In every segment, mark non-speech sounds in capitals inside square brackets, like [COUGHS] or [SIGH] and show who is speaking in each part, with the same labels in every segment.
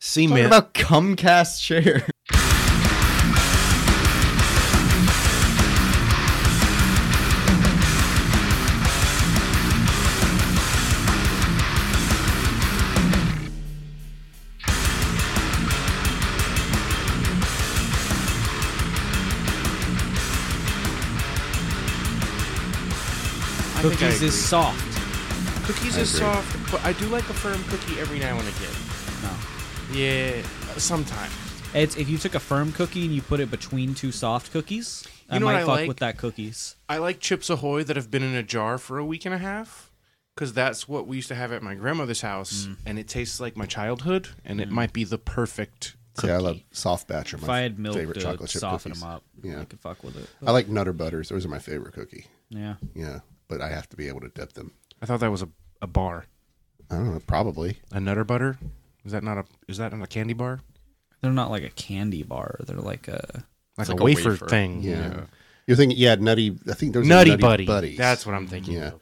Speaker 1: cement.
Speaker 2: about Comcast
Speaker 3: [LAUGHS]
Speaker 2: share.
Speaker 4: I think I
Speaker 5: Cookies
Speaker 4: agree.
Speaker 5: is soft.
Speaker 4: Cookies
Speaker 1: I
Speaker 4: is
Speaker 1: agree.
Speaker 4: soft, but I do like a firm cookie every now and again.
Speaker 5: No.
Speaker 4: Yeah, sometimes.
Speaker 5: It's if you took a firm cookie and you put it between two soft cookies,
Speaker 4: You
Speaker 5: I
Speaker 4: know what
Speaker 5: might
Speaker 4: I
Speaker 5: fuck
Speaker 4: like?
Speaker 5: with that cookies.
Speaker 4: I like Chips Ahoy that have been in a jar for a week and a half because that's what we used to have at my grandmother's house,
Speaker 1: Mm.
Speaker 4: and it tastes like my childhood, and it might be the perfect cookie.
Speaker 1: See, I love soft batch. Are my
Speaker 5: If I had milk
Speaker 1: favorite
Speaker 5: to
Speaker 1: chocolate chip
Speaker 5: soften
Speaker 1: cookies.
Speaker 5: them up,
Speaker 1: Yeah.
Speaker 5: I could fuck with it.
Speaker 4: Oh.
Speaker 1: I like Nutter Butters. Those are my favorite cookie.
Speaker 5: Yeah.
Speaker 1: Yeah, but I have to be able to dip them.
Speaker 4: I thought that was a, a bar,
Speaker 1: I don't know. Probably.
Speaker 4: a Nutter Butter. Is that not a is that not a candy bar?
Speaker 5: They're not like a candy bar. They're like a
Speaker 4: Like,
Speaker 3: It's
Speaker 4: a,
Speaker 3: like a
Speaker 4: wafer,
Speaker 3: wafer.
Speaker 4: thing.
Speaker 1: Yeah. You're thinking, yeah, nutty. I think there's
Speaker 4: Nutty,
Speaker 1: nutty
Speaker 4: buddy.
Speaker 1: buddies.
Speaker 4: That's what I'm thinking.
Speaker 1: Yeah.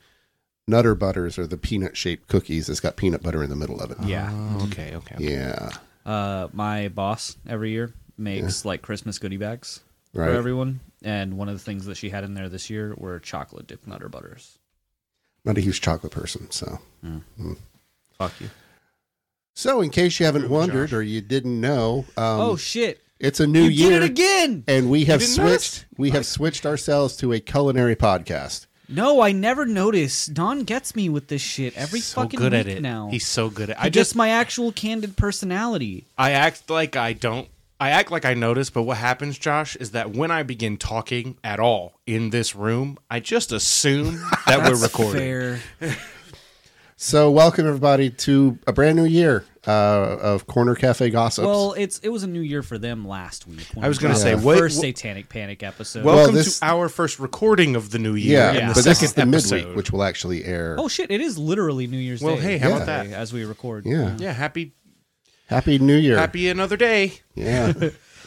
Speaker 1: Nutter Butters are the peanut shaped cookies that's got peanut butter in the middle of it.
Speaker 5: yeah.
Speaker 4: Oh, okay. Okay.
Speaker 1: Yeah.
Speaker 5: Uh, my boss every year makes like Christmas goodie bags
Speaker 1: Right.
Speaker 5: for everyone, and one of the things that she had in there this year were chocolate dipped nutter butters.
Speaker 1: Not a huge chocolate person, so.
Speaker 5: Fuck you.
Speaker 1: So, in case you haven't
Speaker 4: Ooh,
Speaker 1: wondered
Speaker 4: Josh.
Speaker 1: or you didn't know, um,
Speaker 5: oh shit!
Speaker 1: it's a new
Speaker 5: you
Speaker 1: year,
Speaker 5: did it again.
Speaker 1: and we have
Speaker 4: didn't
Speaker 1: switched.
Speaker 4: notice?
Speaker 1: We have switched ourselves to a culinary podcast.
Speaker 5: No, I never notice. Don gets me with this shit every
Speaker 4: so
Speaker 5: fucking
Speaker 4: good
Speaker 5: week
Speaker 4: at it
Speaker 5: now.
Speaker 4: He's so good at.
Speaker 5: I
Speaker 4: I just
Speaker 5: my actual candid personality.
Speaker 4: I act like I don't. I act like I notice, but what happens, Josh, is that when I begin talking at all in this room, I just assume
Speaker 5: [LAUGHS]
Speaker 4: that we're
Speaker 5: That's
Speaker 4: recording.
Speaker 5: fair.
Speaker 1: So, welcome everybody to a brand new year uh, of Corner Cafe Gossips.
Speaker 5: Well, it's it was a new year for them last week. when
Speaker 4: I was
Speaker 5: we
Speaker 4: gonna
Speaker 5: dropped
Speaker 4: say,
Speaker 5: the
Speaker 4: what-
Speaker 5: first
Speaker 4: what-
Speaker 5: Satanic Panic episode.
Speaker 4: Welcome
Speaker 1: this-
Speaker 4: to our first recording of the new year.
Speaker 1: yeah,
Speaker 4: Yeah, and the
Speaker 1: but
Speaker 4: second
Speaker 1: this is the
Speaker 4: episode.
Speaker 1: midweek, which will actually air.
Speaker 5: oh shit! It is literally New Year's
Speaker 4: Well,
Speaker 5: Day.
Speaker 4: hey, how
Speaker 1: about
Speaker 5: today
Speaker 4: that?
Speaker 5: As we record,
Speaker 1: yeah.
Speaker 4: yeah, happy
Speaker 1: Happy New Year.
Speaker 4: happy another day.
Speaker 5: [LAUGHS]
Speaker 1: Yeah.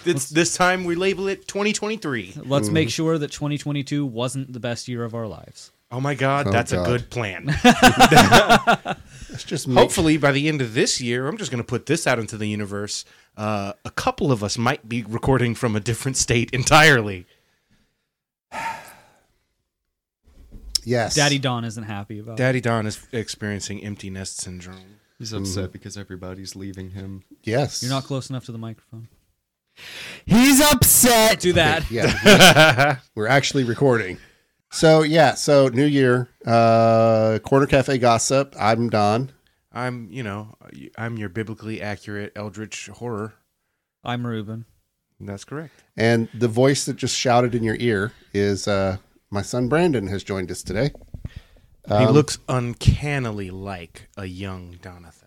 Speaker 4: It's, this time we label it 2023.
Speaker 5: Let's make sure that 2022 wasn't the best year of our lives.
Speaker 4: Oh my God,
Speaker 1: Oh,
Speaker 4: that's
Speaker 1: God.
Speaker 4: a good plan.
Speaker 5: [LAUGHS]
Speaker 1: Let's just make,
Speaker 4: Hopefully, by the end of this year, I'm just going to put this out into the universe. Uh, a couple of us might be recording from a different state [LAUGHS] entirely.
Speaker 1: Yes.
Speaker 5: Daddy Don isn't happy about. it.
Speaker 4: Daddy Don is experiencing empty nest syndrome.
Speaker 3: He's upset because everybody's leaving him.
Speaker 1: Yes.
Speaker 5: You're not close enough to the microphone.
Speaker 3: He's upset.
Speaker 5: Do that.
Speaker 1: Yeah.
Speaker 5: [LAUGHS]
Speaker 1: We're actually recording. So, yeah. So, New Year, uh, Corner Cafe Gossip. I'm Don.
Speaker 4: I'm, you know, I'm your biblically accurate eldritch horror.
Speaker 5: I'm Ruben.
Speaker 4: That's correct.
Speaker 1: And the voice that just shouted in your ear is uh, my son Brandon has joined us today.
Speaker 3: Um,
Speaker 4: he looks uncannily like a young Donathan.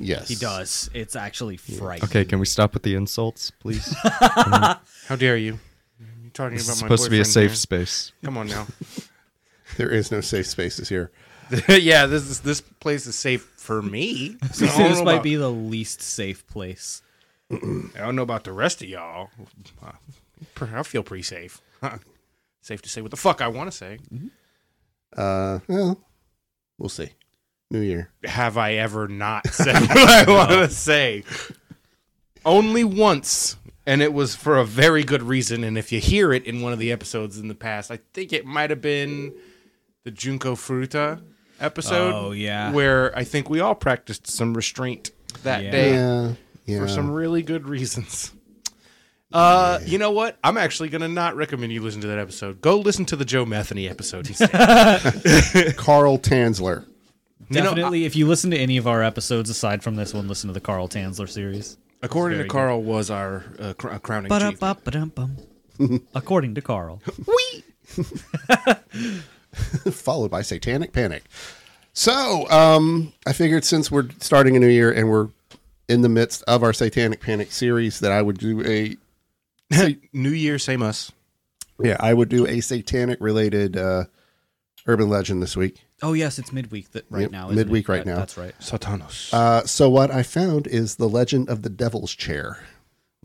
Speaker 1: Yes.
Speaker 5: He does. It's actually frightening.
Speaker 3: Okay, can we stop with the insults, [LAUGHS] please?
Speaker 4: How dare you? You're talking
Speaker 3: This
Speaker 4: about
Speaker 3: is
Speaker 4: my
Speaker 3: supposed to be a
Speaker 4: boyfriend
Speaker 3: safe
Speaker 4: here.
Speaker 3: space.
Speaker 4: Come on now. [LAUGHS]
Speaker 1: There is no safe spaces here.
Speaker 4: yeah, this is, this place is safe for me.
Speaker 3: [LAUGHS]
Speaker 4: So I, don't
Speaker 5: this
Speaker 4: know
Speaker 5: might
Speaker 4: about,
Speaker 5: be the least safe place.
Speaker 4: I don't know about the rest of y'all. Uh, I feel pretty safe. [LAUGHS] Huh. Safe to say what the fuck I want to say.
Speaker 1: Uh, well, we'll see. New Year.
Speaker 4: Have I ever not [LAUGHS] said what I want to say? Only once, and it was for a very good reason. And if you hear it in one of the episodes in the past, I think it might have been the Junko Fruta episode.
Speaker 5: Oh, yeah.
Speaker 4: where I think we all practiced some restraint that
Speaker 5: Yeah.
Speaker 4: day
Speaker 1: Yeah. Yeah.
Speaker 4: for some really good
Speaker 5: [LAUGHS]
Speaker 4: reasons. Uh, you know what? I'm actually gonna not recommend you listen to that episode. Go listen to the Joe Metheny episode
Speaker 5: [LAUGHS]
Speaker 4: instead.
Speaker 1: Carl Tansler.
Speaker 4: You know,
Speaker 5: Definitely, if you listen to any of our episodes aside from this one, listen to the Carl Tansler series.
Speaker 4: According to
Speaker 5: Very
Speaker 4: Carl, was our uh, cr- uh, crowning achievement.
Speaker 5: Ba-dum-bum. According to Carl.
Speaker 1: [LAUGHS] followed by Satanic Panic. So, um, I figured since we're starting a new year and we're in the midst of our Satanic Panic series, that I would do a
Speaker 4: New Year, same us.
Speaker 1: yeah, I would do a satanic related uh, urban legend this week.
Speaker 5: Oh yes, it's midweek that right
Speaker 1: Yep,
Speaker 5: now. Isn't
Speaker 1: midweek
Speaker 5: it?
Speaker 1: right
Speaker 5: That-
Speaker 1: now.
Speaker 5: That's right.
Speaker 4: Satanos.
Speaker 1: Uh, so, what I found is the legend of the Devil's Chair.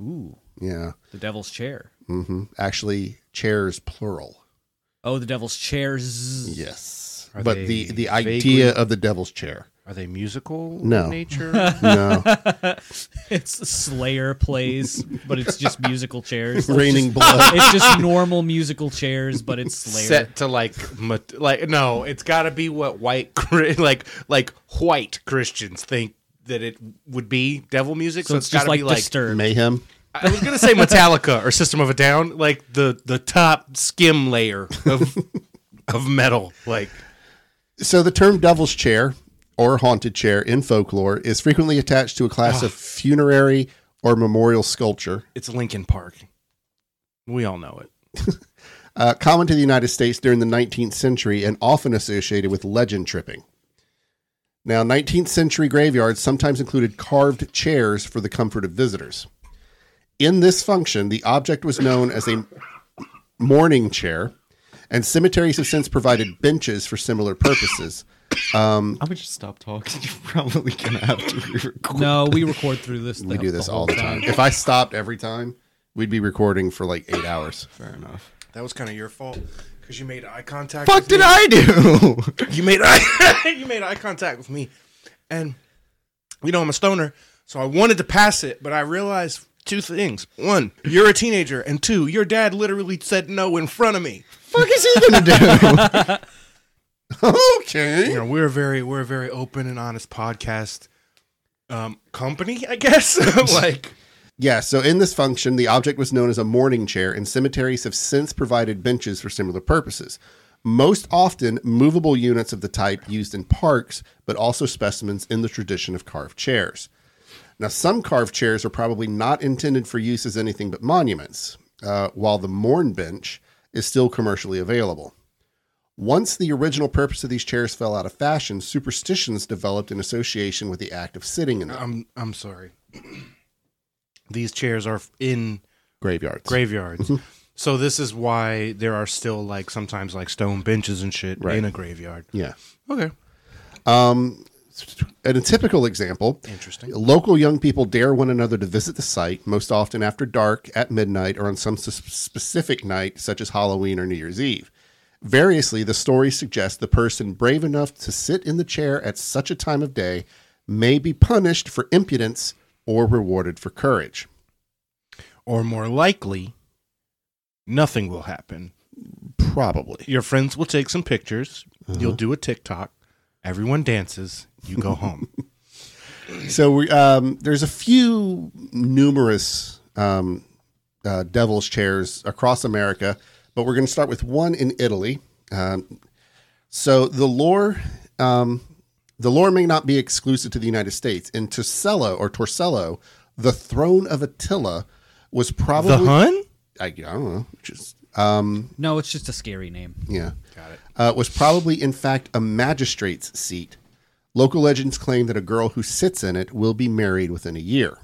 Speaker 5: Ooh,
Speaker 1: Yeah,
Speaker 5: the Devil's Chair.
Speaker 1: hmm actually, chairs plural.
Speaker 5: Oh, the Devil's Chairs.
Speaker 1: Yes,
Speaker 4: Are
Speaker 1: but
Speaker 4: they
Speaker 1: the the
Speaker 4: vaguely-
Speaker 1: idea of the Devil's Chair.
Speaker 4: Are they musical
Speaker 1: No.
Speaker 4: in
Speaker 5: [LAUGHS]
Speaker 4: nature?
Speaker 1: No,
Speaker 5: It's Slayer plays, but it's just musical chairs.
Speaker 1: raining blood.
Speaker 5: It's just normal musical chairs, but it's Slayer.
Speaker 4: Set to like mat- like no, it's got to be what white [LAUGHS] Chri- like like white Christians think that it would be devil music.
Speaker 5: So it's
Speaker 4: got
Speaker 5: just
Speaker 4: to
Speaker 5: like,
Speaker 4: be like
Speaker 5: disturbed.
Speaker 1: Mayhem.
Speaker 4: I was gonna say Metallica or System of a Down, like the the top skim layer [LAUGHS] of of metal. Like
Speaker 1: So the term devil's chair or haunted chair in folklore is frequently attached to a class of funerary or memorial sculpture,
Speaker 4: it's Linkin Park. We all know it.
Speaker 1: uh, common to the United States during the 19th century and often associated with legend tripping. Now, 19th century graveyards sometimes included carved chairs for the comfort of visitors. In this function, the object was known as a mourning chair, and cemeteries have since provided benches for similar purposes.
Speaker 3: I'm gonna just stop talking. [LAUGHS] You're probably gonna have to [LAUGHS] re-record.
Speaker 5: No, we record through this.
Speaker 1: We do this all the time. If I stopped every time, we'd be recording for like eight hours.
Speaker 3: Fair enough.
Speaker 4: That was kind of your fault because you made eye contact.
Speaker 3: Fuck
Speaker 4: with
Speaker 3: did
Speaker 4: me.
Speaker 3: I [LAUGHS] do?
Speaker 4: You made eye [LAUGHS] you made eye contact with me, and you know I'm a stoner, so I wanted to pass it, but I realized two things: one, you're a teenager, and two, your dad literally said no in front of me.
Speaker 3: fuck is he gonna do?
Speaker 1: [LAUGHS] Okay.
Speaker 4: you know we're a very we're a very open and honest podcast um company i guess [LAUGHS] like
Speaker 1: Yeah, so in this function, the object was known as a mourning chair, and cemeteries have since provided benches for similar purposes. Most often, movable units of the type used in parks, but also specimens in the tradition of carved chairs. Now, some carved chairs are probably not intended for use as anything but monuments, uh, while the mourn bench is still commercially available. Once the original purpose of these chairs fell out of fashion, superstitions developed in association with the act of sitting in them.
Speaker 4: i'm i'm sorry these chairs are in
Speaker 1: Graveyards.
Speaker 4: graveyards so this is why there are still like sometimes like stone benches and shit
Speaker 1: Right.
Speaker 4: in a graveyard
Speaker 1: yeah.
Speaker 4: okay
Speaker 1: And a typical example
Speaker 4: interesting
Speaker 1: local young people dare one another to visit the site, most often after dark, at midnight, or on some s- specific night, such as Halloween or New Year's Eve. Variously, the story suggests the person brave enough to sit in the chair at such a time of day may be punished for impudence or rewarded for courage.
Speaker 4: or more likely nothing will happen
Speaker 1: Probably.
Speaker 4: your friends will take some pictures you'll do a tiktok everyone dances you go [LAUGHS] home
Speaker 1: So we, um, there's a few numerous um, uh, devil's chairs across America, but we're going to start with one in Italy. Um, so the lore, um, the lore may not be exclusive to the United States. In Torcello or Torcello, the throne of Attila was probably
Speaker 4: the hun
Speaker 1: I, I don't know, just um,
Speaker 5: No, it's just a scary name.
Speaker 1: yeah. Got it. Uh, was probably, in fact, a magistrate's seat. Local legends claim that a girl who sits in it will be married within a year.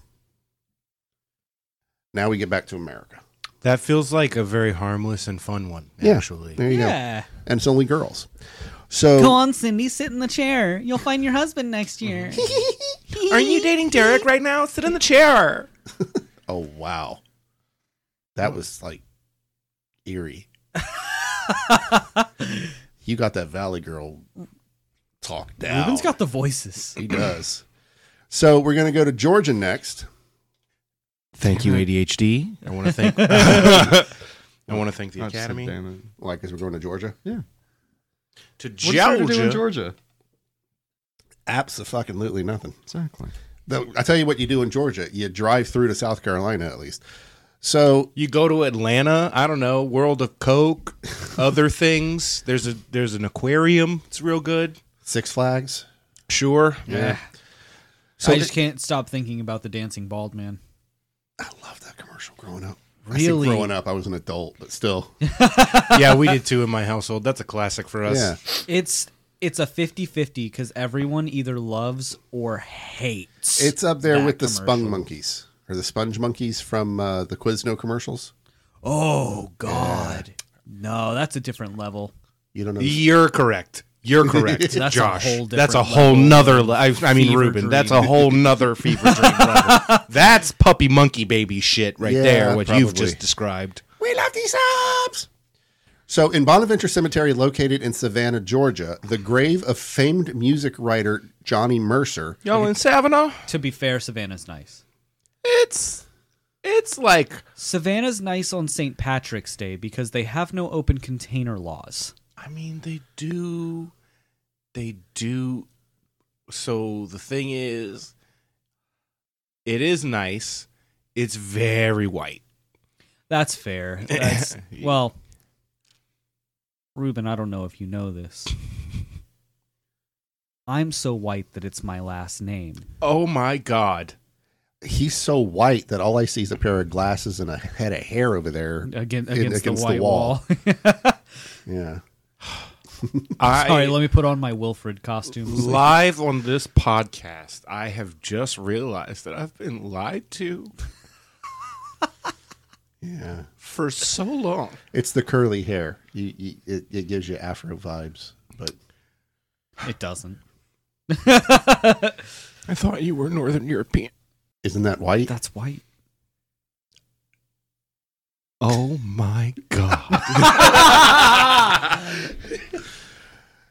Speaker 1: Now we get back to America.
Speaker 4: That feels like a very harmless and fun one,
Speaker 1: Yeah.
Speaker 4: actually.
Speaker 1: There you go. Oh.
Speaker 5: Yeah.
Speaker 1: And it's only girls. So
Speaker 6: Go on, Cindy, sit in the chair. You'll find your husband next
Speaker 1: [LAUGHS]
Speaker 6: year.
Speaker 4: Aren't you dating Derek right now? Sit in the chair.
Speaker 1: Oh wow. That was like eerie. you got that Valley Girl talk down.
Speaker 5: Ruben's got the voices.
Speaker 1: he does. So we're gonna go to Georgia next.
Speaker 4: Thank you, ADHD. I want to thank. [LAUGHS] I want to thank the
Speaker 3: I just said,
Speaker 4: Academy.
Speaker 3: Damn it.
Speaker 1: Like, as we're going to Georgia,
Speaker 4: To
Speaker 3: What is there to do in
Speaker 4: Georgia.
Speaker 3: Georgia?
Speaker 1: absolutely nothing.
Speaker 3: Exactly.
Speaker 1: The- I tell you what you do in Georgia. You drive through to South Carolina at least. So
Speaker 4: You go to Atlanta. I don't know. World of [LAUGHS] Coke. other things. There's a there's an aquarium. It's real good.
Speaker 1: Six Flags.
Speaker 4: Sure.
Speaker 1: Yeah.
Speaker 5: I just can't stop thinking about the dancing bald man.
Speaker 1: I love that commercial growing up.
Speaker 5: Really?
Speaker 1: I say growing up, I was an adult, but still.
Speaker 4: yeah, we did too in my household. That's a classic for us.
Speaker 1: yeah.
Speaker 5: It's it's a 50-50 because everyone either loves or hates.
Speaker 1: It's up there
Speaker 5: that
Speaker 1: with the Spung
Speaker 5: commercial.
Speaker 1: Monkeys or the Sponge Monkeys from uh, the Quizno commercials.
Speaker 5: Oh God. No, that's a different level.
Speaker 1: You don't know.
Speaker 4: You're correct.
Speaker 1: [LAUGHS]
Speaker 4: You're correct,
Speaker 5: That's a
Speaker 4: Josh.
Speaker 5: whole
Speaker 4: that's a
Speaker 5: different
Speaker 4: whole
Speaker 5: level
Speaker 4: nother. le- I, I mean,
Speaker 5: fever
Speaker 4: Ruben.
Speaker 5: dream.
Speaker 4: That's a whole nother fever dream [LAUGHS] level. That's puppy monkey baby shit right
Speaker 1: Yeah,
Speaker 4: there. What you've
Speaker 1: probably.
Speaker 4: just described.
Speaker 1: we love these subs. So, in Bonaventure Cemetery, located in Savannah, Georgia, the grave of famed music writer Johnny Mercer.
Speaker 4: Yo, in Savannah,
Speaker 5: To be fair, Savannah's nice.
Speaker 4: it's it's like
Speaker 5: Savannah's nice on St. Patrick's Day because they have no open container laws.
Speaker 4: I mean, they do. They do. So the thing is, it is nice. It's very white.
Speaker 5: That's
Speaker 1: [LAUGHS]
Speaker 5: fair. That's, well, Ruben, I don't know if you know
Speaker 1: [LAUGHS]
Speaker 5: this. I'm so white that it's my last name.
Speaker 4: Oh my God.
Speaker 1: He's so white that all I see is a pair of glasses and a head of hair over there.
Speaker 5: Again,
Speaker 1: in-
Speaker 5: against, the white wall. [LAUGHS]
Speaker 1: Yeah.
Speaker 4: [LAUGHS] I,
Speaker 5: Sorry, let me put on my Wilfred costume.
Speaker 4: live on this podcast, I have just realized that I've been lied to
Speaker 1: Yeah.
Speaker 4: for so long.
Speaker 1: It's the curly hair. You, you, it, it gives you Afro vibes, but
Speaker 5: It doesn't.
Speaker 4: I thought you were Northern European.
Speaker 1: isn't that white?
Speaker 5: That's white.
Speaker 4: Oh my [LAUGHS] God.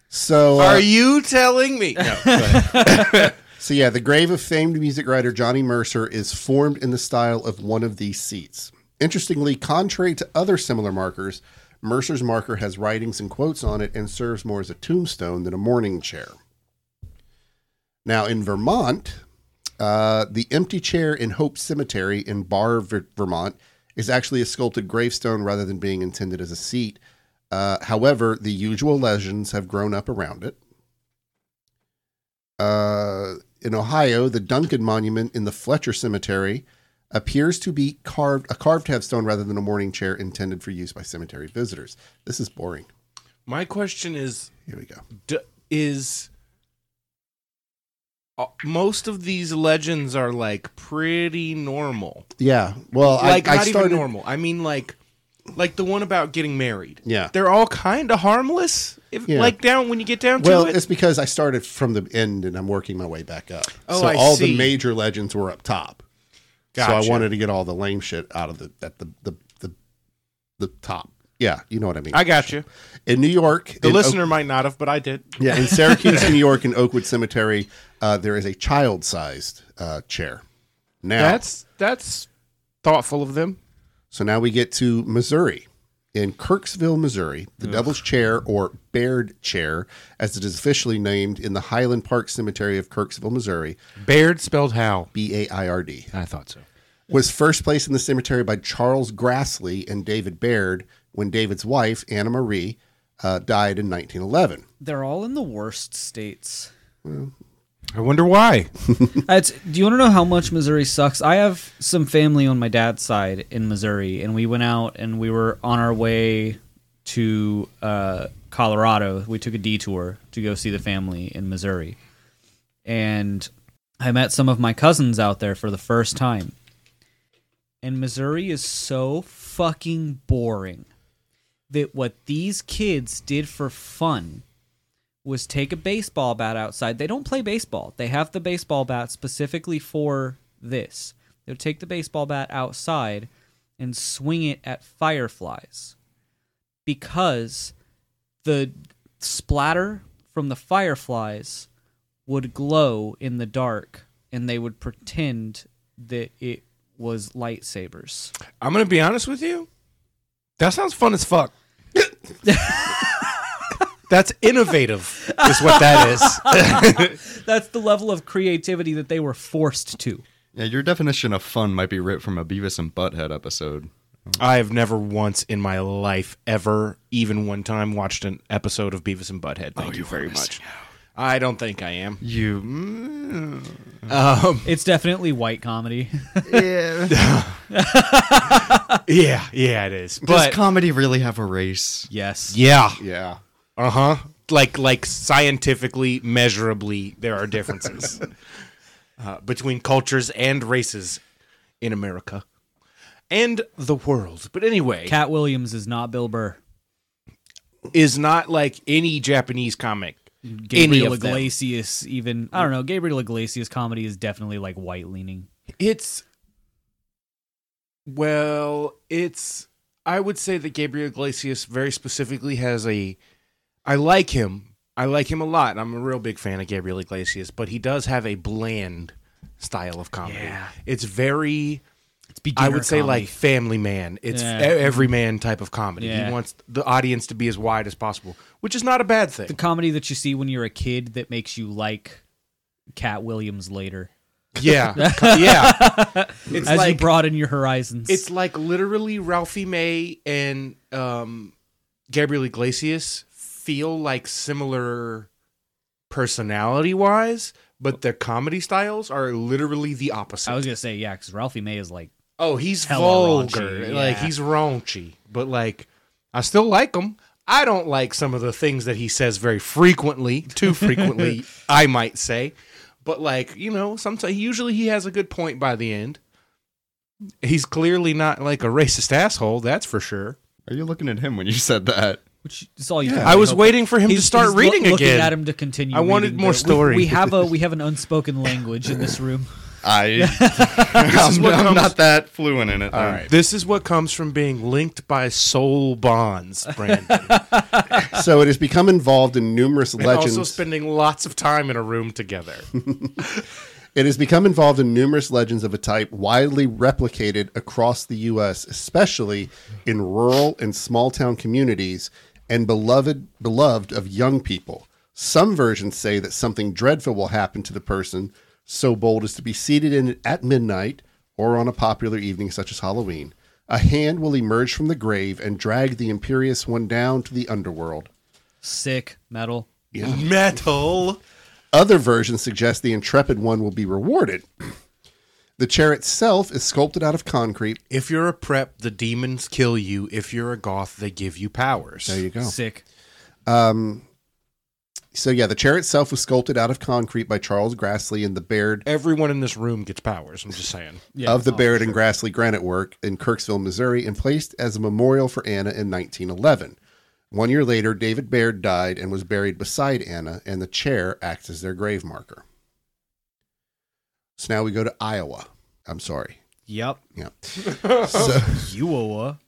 Speaker 1: So, uh,
Speaker 4: Are you telling me? No, go ahead.
Speaker 1: so yeah, the grave of famed music writer Johnny Mercer is formed in the style of one of these seats. Interestingly, contrary to other similar markers, Mercer's marker has writings and quotes on it and serves more as a tombstone than a mourning chair. Now, in Vermont, uh, the empty chair in Hope Cemetery in Barr, Ver- Vermont, is actually a sculpted gravestone rather than being intended as a seat. Uh, however, the usual legends have grown up around it. Uh, in Ohio, the Duncan Monument in the Fletcher Cemetery appears to be carved a carved headstone rather than a mourning chair intended for use by cemetery visitors. This is boring.
Speaker 4: My question is
Speaker 1: Here we go.
Speaker 4: d- is uh, most of these legends are like pretty normal.
Speaker 1: Yeah. Well,
Speaker 4: like
Speaker 1: I,
Speaker 4: not
Speaker 1: I started.
Speaker 4: even normal. I mean like like the one about getting married.
Speaker 1: Yeah.
Speaker 4: They're all kind of harmless if
Speaker 1: Yeah.
Speaker 4: like down when you get down
Speaker 1: Well,
Speaker 4: to it.
Speaker 1: it's because I started from the end and I'm working my way back up.
Speaker 4: Oh,
Speaker 1: so
Speaker 4: I
Speaker 1: all
Speaker 4: see.
Speaker 1: the major legends were up top. So I
Speaker 4: Gotcha.
Speaker 1: wanted to get all the lame shit out of the at the the the, the top. Yeah, you know what I mean.
Speaker 4: I got you.
Speaker 1: in New York,
Speaker 4: The
Speaker 1: in Oak-
Speaker 4: listener might not have, but I did.
Speaker 1: yeah, in Syracuse, New York, in Oakwood Cemetery, uh, there is a child-sized uh, chair. Now,
Speaker 4: That's that's thoughtful of them.
Speaker 1: so now we get to Missouri. In Kirksville, Missouri, the Devil's Chair or Baird Chair, as it is officially named in the Highland Park Cemetery of Kirksville, Missouri,
Speaker 4: Baird spelled how?
Speaker 1: B A I R D,
Speaker 4: I thought so.
Speaker 1: was first placed in the cemetery by Charles Grassley and David Baird when David's wife, Anna Marie, uh, died in 1911.
Speaker 5: They're all in the worst states.
Speaker 4: I wonder why.
Speaker 5: [LAUGHS] That's, do you want to know how much Missouri sucks? I have some family on my dad's side in Missouri, and we went out and we were on our way to uh, Colorado. We took a detour to go see the family in Missouri. And I met some of my cousins out there for the first time. And Missouri is so fucking boring that what these kids did for fun was take a baseball bat outside. They don't play baseball. They have the baseball bat specifically for this. They'll take the baseball bat outside and swing it at fireflies because the splatter from the fireflies would glow in the dark and they would pretend that it was lightsabers.
Speaker 4: I'm gonna be honest with you. That sounds fun as fuck. [LAUGHS] That's innovative, is what that is. [LAUGHS]
Speaker 5: That's the level of creativity that they were forced to.
Speaker 3: Yeah, your definition of fun might be ripped from a Beavis and Butthead episode.
Speaker 4: I have never once in my life, ever, even one time, watched an episode of Beavis and Butthead. Thank Oh, you, very much. I don't think I am.
Speaker 3: You. [LAUGHS]
Speaker 4: Um,
Speaker 5: It's definitely white comedy. [LAUGHS]
Speaker 4: yeah, yeah, it [LAUGHS] is.
Speaker 3: Does
Speaker 4: But
Speaker 3: comedy really have a race?
Speaker 5: yes.
Speaker 4: yeah,
Speaker 1: Yeah.
Speaker 4: uh
Speaker 5: Uh-huh.
Speaker 4: huh. Like, like scientifically, measurably, there are differences [LAUGHS] uh, between cultures and races in America and the world. But anyway,
Speaker 5: Cat Williams is not Bill Burr.
Speaker 4: is not like any Japanese comic. any
Speaker 5: Gabriel
Speaker 4: of them.
Speaker 5: Iglesias, even I don't know. Gabriel Iglesias comedy is definitely like white leaning.
Speaker 4: It's well, it's I would say that Gabriel Iglesias very specifically has a. I like him. I like him a lot. I'm a real big fan of Gabriel Iglesias, but he does have a bland style of comedy.
Speaker 5: Yeah.
Speaker 4: It's very.
Speaker 5: It's
Speaker 4: I
Speaker 5: beginner
Speaker 4: would say
Speaker 5: comedy.
Speaker 4: like family man. It's
Speaker 5: Yeah.
Speaker 4: e- every man type of comedy.
Speaker 5: Yeah.
Speaker 4: He wants the audience to be as wide as possible, which is not a bad
Speaker 5: the
Speaker 4: thing.
Speaker 5: comedy that you see when you're a kid that makes you like Cat Williams later
Speaker 4: Yeah.
Speaker 5: [LAUGHS]
Speaker 4: yeah. It's
Speaker 5: as you
Speaker 4: like
Speaker 5: broaden your horizons.
Speaker 4: it's like literally Ralphie May and um, Gabriel Iglesias feel like similar personality wise, but their comedy styles are literally the opposite.
Speaker 5: I was gonna say yeah, because Ralphie May is like
Speaker 4: oh, he's
Speaker 5: hella
Speaker 4: vulgar.
Speaker 5: raunchy,
Speaker 4: Like
Speaker 5: yeah.
Speaker 4: he's raunchy, but like I still like him. I don't like some of the things that he says very frequently, too
Speaker 5: [LAUGHS]
Speaker 4: frequently, I might say. But like, you know, sometimes usually he has a good point by the end. He's clearly not like a racist asshole, that's for sure.
Speaker 3: Are you looking at him when you said that?
Speaker 5: which is all you. can
Speaker 4: I
Speaker 5: really
Speaker 4: was
Speaker 5: hope-
Speaker 4: waiting for him to
Speaker 5: He's-
Speaker 4: start
Speaker 5: he's loo-
Speaker 4: reading
Speaker 5: looking
Speaker 4: again.
Speaker 5: at him to continue.
Speaker 4: I wanted
Speaker 5: reading
Speaker 4: more
Speaker 5: the- we-
Speaker 4: story. [LAUGHS]
Speaker 5: We, have a we have an unspoken language in this room.
Speaker 3: [LAUGHS] I. [LAUGHS] I'm,
Speaker 4: what
Speaker 3: I'm
Speaker 4: comes-
Speaker 3: not that fluent in it. All right.
Speaker 4: This is what comes from being linked by soul bonds,
Speaker 5: [LAUGHS]
Speaker 4: Brandon.
Speaker 1: so it has become involved
Speaker 4: [LAUGHS]
Speaker 1: in numerous
Speaker 4: and
Speaker 1: legends.
Speaker 4: also spending lots of time in a room
Speaker 5: [LAUGHS]
Speaker 4: together.
Speaker 1: It has become involved in numerous legends of a type widely replicated across the U.S., especially in rural and small town communities, and beloved beloved of young people. Some versions say that something dreadful will happen to the person so bold as to be seated in it at midnight or on a popular evening such as Halloween. A hand will emerge from the grave and drag the imperious one down to the underworld.
Speaker 5: Sick metal.
Speaker 4: Metal.
Speaker 1: Other versions suggest the intrepid one will be rewarded. The chair itself is sculpted out of concrete.
Speaker 4: If you're a prep, the demons kill you. If you're a goth, they give you powers.
Speaker 1: go.
Speaker 5: Sick.
Speaker 1: So yeah, the chair itself was sculpted out of concrete by Charles Grassley in the Baird
Speaker 4: Everyone in this room gets powers. I'm just saying.
Speaker 5: Yeah.
Speaker 1: of the Baird and Grassley Granite Work in Kirksville, Missouri, and placed as a memorial for Anna in 1911. One year later, David Baird died and was buried beside Anna, and the chair acts as their grave marker. So now we go to Iowa. I'm sorry.
Speaker 5: Yep.
Speaker 1: Yeah. So,
Speaker 5: Iowa.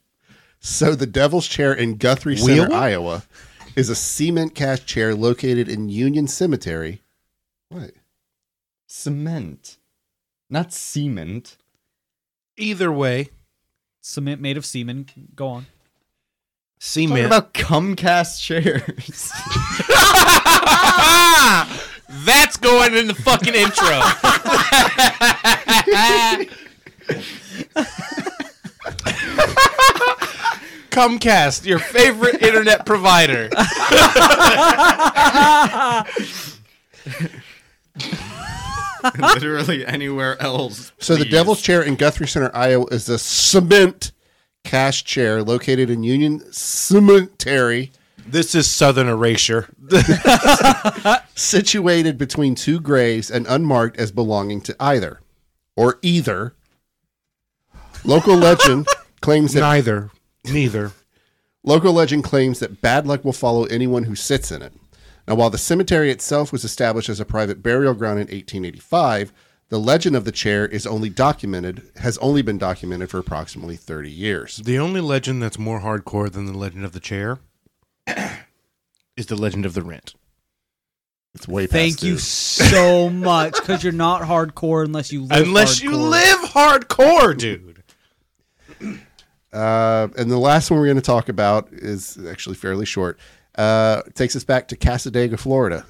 Speaker 1: So the Devil's Chair in Guthrie Center,
Speaker 4: Wheeler?
Speaker 1: Iowa, is a cement cast chair located in Union Cemetery. What?
Speaker 3: Cement. Not cement.
Speaker 4: Either way,
Speaker 5: Cement made of semen. Go on.
Speaker 3: Talking
Speaker 4: cement.
Speaker 3: about Comcast chairs.
Speaker 4: Ah! That's going in the fucking intro. Comcast, your favorite internet provider.
Speaker 3: [LAUGHS] Literally anywhere else.
Speaker 1: So the
Speaker 3: please.
Speaker 1: Devil's Chair in Guthrie Center, Iowa, is a cement cast chair located in Union Cemetery,
Speaker 4: This is Southern erasure.
Speaker 1: situated between two graves and unmarked as belonging to either or either. Local legend claims that
Speaker 4: Neither. Neither.
Speaker 1: Local legend claims that bad luck will follow anyone who sits in it. Now, while the cemetery itself was established as a private burial ground in 1885, the legend of the chair is only documented has only been documented for approximately 30 years.
Speaker 4: The only legend that's more hardcore than the legend of the chair [COUGHS] is the legend of the rent.
Speaker 1: It's way past
Speaker 5: Thank you
Speaker 1: due.
Speaker 5: so much because you're not hardcore unless you live
Speaker 4: Unless you
Speaker 5: hardcore.
Speaker 4: live hardcore, dude.
Speaker 1: Uh, and the last one we're going to talk about is actually fairly short. Uh, it takes us back to Casadega, Florida.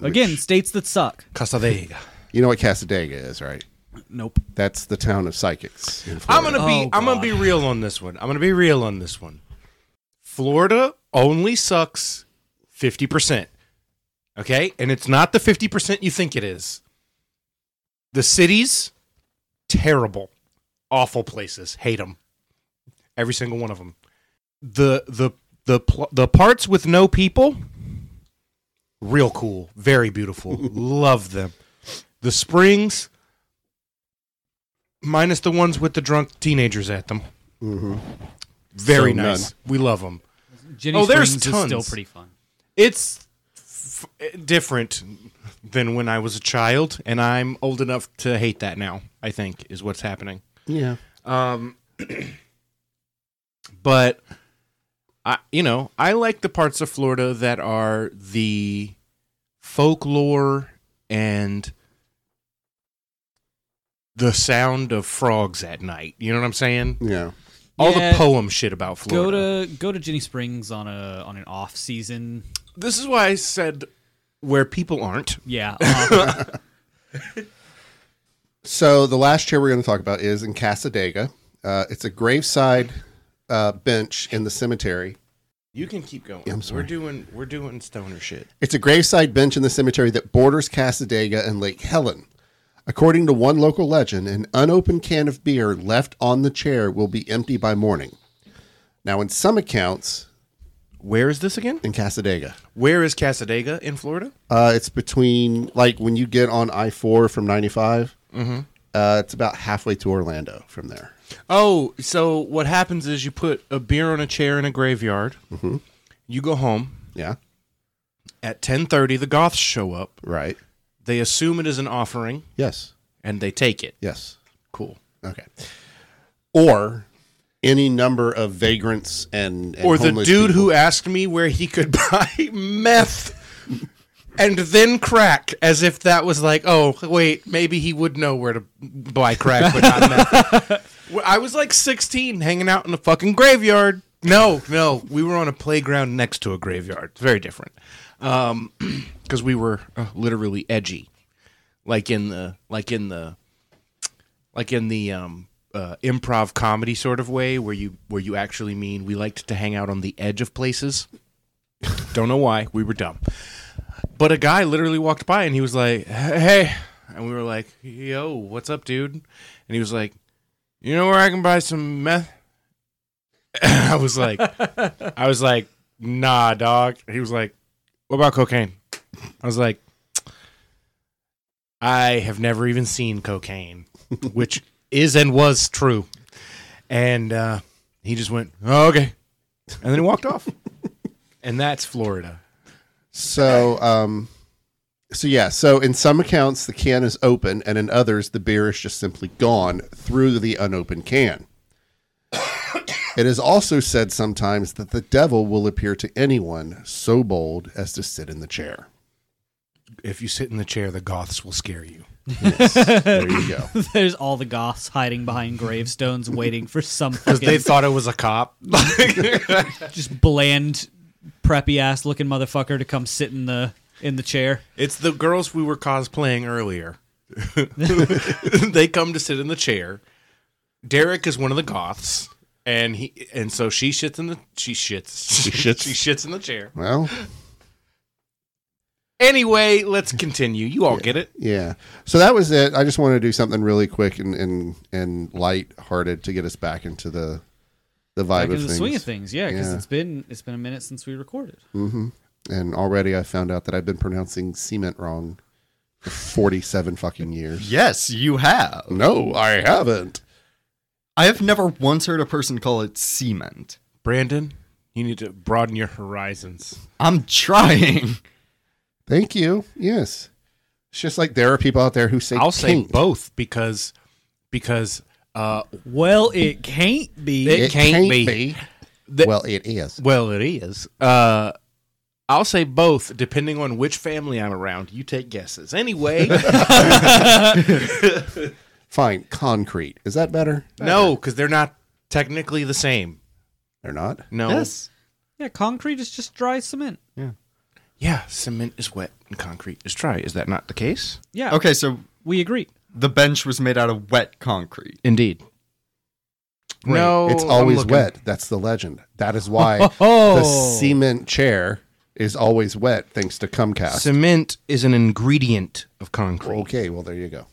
Speaker 5: again. States that suck.
Speaker 4: Casadega.
Speaker 1: You know what Casadega is, right?
Speaker 5: Nope.
Speaker 1: That's the town of psychics. in
Speaker 4: I'm
Speaker 1: Florida.
Speaker 4: gonna be
Speaker 5: Oh,
Speaker 4: I'm gonna
Speaker 5: God.
Speaker 4: be real on this one. I'm gonna be real on this one. Florida only sucks fifty percent. Okay? And it's not the fifty percent you think it is. The cities, terrible. Awful places. Hate them. Every single one of them. The the the pl- the parts with no people, real cool, very beautiful. Love them. The springs, minus the ones with the drunk teenagers at them. Very
Speaker 1: So
Speaker 4: nice. We love them.
Speaker 5: Jenny
Speaker 4: Oh, there's
Speaker 5: Springs is
Speaker 4: tons.
Speaker 5: still pretty fun.
Speaker 4: It's f- eh, different than when I was a child, and I'm old enough to hate that now. I think is what's happening.
Speaker 1: yeah.
Speaker 4: Um, [CLEARS THROAT] but I, you know, I like the parts of Florida that are the folklore and the sound of frogs at night. You know what I'm saying?
Speaker 1: Yeah.
Speaker 4: All
Speaker 5: Yeah.
Speaker 4: the poem shit about Florida.
Speaker 5: Go to go to Ginny Springs on a on an off season.
Speaker 4: this is why I said where people aren't.
Speaker 5: Yeah, [LAUGHS] uh,
Speaker 1: So the last chair we're going to talk about is in Casadega. Uh, it's a graveside uh, bench in the cemetery.
Speaker 4: You can keep going.
Speaker 1: I'm sorry.
Speaker 4: We're doing we're doing stoner shit.
Speaker 1: It's a graveside bench in the cemetery that borders Casadega and Lake Helen. According to one local legend, an unopened can of beer left on the chair will be empty by morning. Now, in some accounts,
Speaker 4: Where is this again?
Speaker 1: in Casadega,
Speaker 4: Where is Casadega in Florida?
Speaker 1: uh, it's between like when you get on I four from ninety uh, it's about halfway to Orlando from there.
Speaker 4: Oh, so what happens is you put a beer on a chair in a graveyard. You go home
Speaker 1: Yeah,
Speaker 4: at 10:30. The Goths show up.
Speaker 1: right.
Speaker 4: They assume it is an offering
Speaker 1: Yes,
Speaker 4: and they take it.
Speaker 1: yes.
Speaker 4: Cool.
Speaker 1: Okay. Or any number of vagrants and, and
Speaker 4: or the
Speaker 1: homeless
Speaker 4: dude
Speaker 1: people.
Speaker 4: who asked me where he could [LAUGHS] buy meth and then crack as if that was like oh wait maybe he would know where to buy crack but not meth
Speaker 1: [LAUGHS]
Speaker 4: Well, i was like 16 hanging out in a fucking graveyard no no we were on a playground next to a graveyard It's very different um [CLEARS THROAT] because we were uh, literally edgy like in the like in the like in the um, uh, improv comedy sort of way, where you where you actually mean we liked to hang out on the edge of places. Don't know why we were dumb, but a guy literally walked by and he was like, "Hey," and we were like, "Yo, what's up, dude?" And he was like, "You know where I can buy some meth?" [LAUGHS] I was like, I was like, "Nah, dog." He was like, "What about cocaine?" I was like, "I have never even seen cocaine." which is and was true. And uh, he just went, oh, okay. And then he walked off. [LAUGHS] And that's Florida.
Speaker 1: So, um, so yeah. So in some accounts, the can is open, and in others, the beer is just simply gone through the unopened can. [COUGHS] it is also said sometimes that the devil will appear to anyone so bold as to sit in the chair.
Speaker 4: If you sit in the chair, the goths will scare [LAUGHS] you.
Speaker 1: There
Speaker 4: [LAUGHS]
Speaker 1: you go.
Speaker 5: there's all the goths hiding behind gravestones waiting
Speaker 4: [LAUGHS]
Speaker 5: for some
Speaker 4: Because
Speaker 5: fucking
Speaker 4: they thought it was a cop.
Speaker 5: just bland, preppy ass looking motherfucker to come sit in the in the chair.
Speaker 4: [LAUGHS] it's the girls we were cosplaying earlier. [LAUGHS] they come to sit in the chair. Derek is one of the goths. And he and so she shits in the she shits [LAUGHS] she
Speaker 1: shits.
Speaker 4: she shits in the chair.
Speaker 1: Well,
Speaker 4: Anyway, let's continue. You all get it.
Speaker 1: Yeah. So that was it. I just wanted to do something really quick and and, and light hearted to get us back into the the vibe
Speaker 5: Back
Speaker 1: of
Speaker 5: into the
Speaker 1: things.
Speaker 5: swing of things, yeah, because
Speaker 1: Yeah.
Speaker 5: it's been it's been a minute since we recorded.
Speaker 1: And already I found out that I've been pronouncing cement wrong for forty seven fucking years.
Speaker 3: Yes, you have.
Speaker 1: No, I haven't.
Speaker 3: I have never once heard a person call it cement.
Speaker 4: Brandon, you need to broaden your horizons.
Speaker 3: I'm trying.
Speaker 1: Thank you. Yes. It's just like there are people out there who say
Speaker 4: I'll say
Speaker 1: taint.
Speaker 4: both because because uh
Speaker 5: Well, it can't be.
Speaker 4: It- can't be. The-
Speaker 1: well, it is.
Speaker 4: well it is. Uh I'll say both depending on which family I'm around. You take guesses.
Speaker 1: [LAUGHS]
Speaker 4: Anyway,
Speaker 1: Fine. Concrete. Is that better?
Speaker 4: no, cuz they're not technically the same.
Speaker 1: They're not.
Speaker 4: No.
Speaker 3: Yes.
Speaker 5: yeah, concrete is just dry cement.
Speaker 4: Yeah, cement is wet and concrete is dry. Is that not the case?
Speaker 5: Yeah.
Speaker 3: Okay, so
Speaker 5: We agree.
Speaker 3: the bench was made out of wet concrete.
Speaker 4: Indeed. No,
Speaker 1: it's
Speaker 4: Oh, I'm
Speaker 1: always
Speaker 4: looking. Oh.
Speaker 1: wet. That's the legend. That
Speaker 4: [LAUGHS]
Speaker 1: is why the cement chair is always wet thanks to Comcast.
Speaker 4: Cement is an ingredient of concrete.
Speaker 1: okay, well there you go.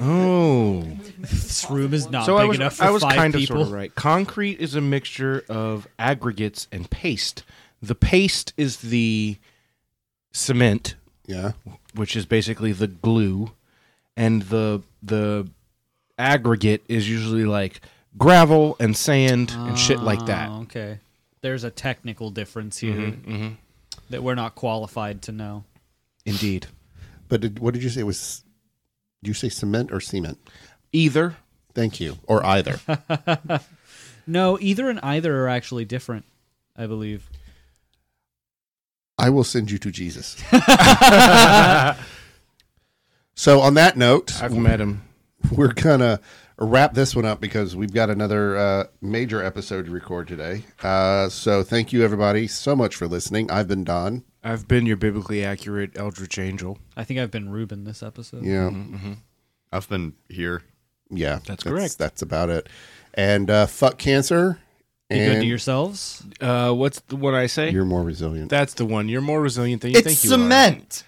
Speaker 4: Oh.
Speaker 5: This room is not
Speaker 4: so
Speaker 5: Uh, big
Speaker 4: I was,
Speaker 5: enough for
Speaker 4: I was
Speaker 5: five
Speaker 4: kind
Speaker 5: people.
Speaker 4: of sort of right. Concrete is a mixture of aggregates and paste. The paste is the cement,
Speaker 1: Yeah.
Speaker 4: which is basically the glue, and the the aggregate is usually like gravel and sand and shit like that.
Speaker 5: Oh, okay. There's a technical difference
Speaker 4: Mm-hmm,
Speaker 5: here that we're not qualified to know.
Speaker 4: Indeed.
Speaker 1: But did, what did you say it was? Did you say cement or cement?
Speaker 4: Either [LAUGHS]
Speaker 1: Thank you. Or either.
Speaker 5: No, either and either are actually different, I believe.
Speaker 1: I will send you to Jesus. [LAUGHS] so, on that note,
Speaker 4: I've met him.
Speaker 1: we're gonna wrap this one up because we've got another uh, major episode to record today. Uh, so, thank you everybody so much for listening. I've been Don.
Speaker 4: I've been your biblically accurate Eldritch Angel.
Speaker 5: I think I've been Ruben this episode.
Speaker 1: Yeah,
Speaker 3: I've been here.
Speaker 1: yeah,
Speaker 4: That's correct.
Speaker 1: That's about it. And uh, fuck cancer.
Speaker 5: Be good
Speaker 1: And
Speaker 5: to yourselves.
Speaker 4: Uh, what's the one I say?
Speaker 1: you're more resilient.
Speaker 4: That's the one. You're more resilient than you
Speaker 3: It's
Speaker 4: think you are.
Speaker 3: cement.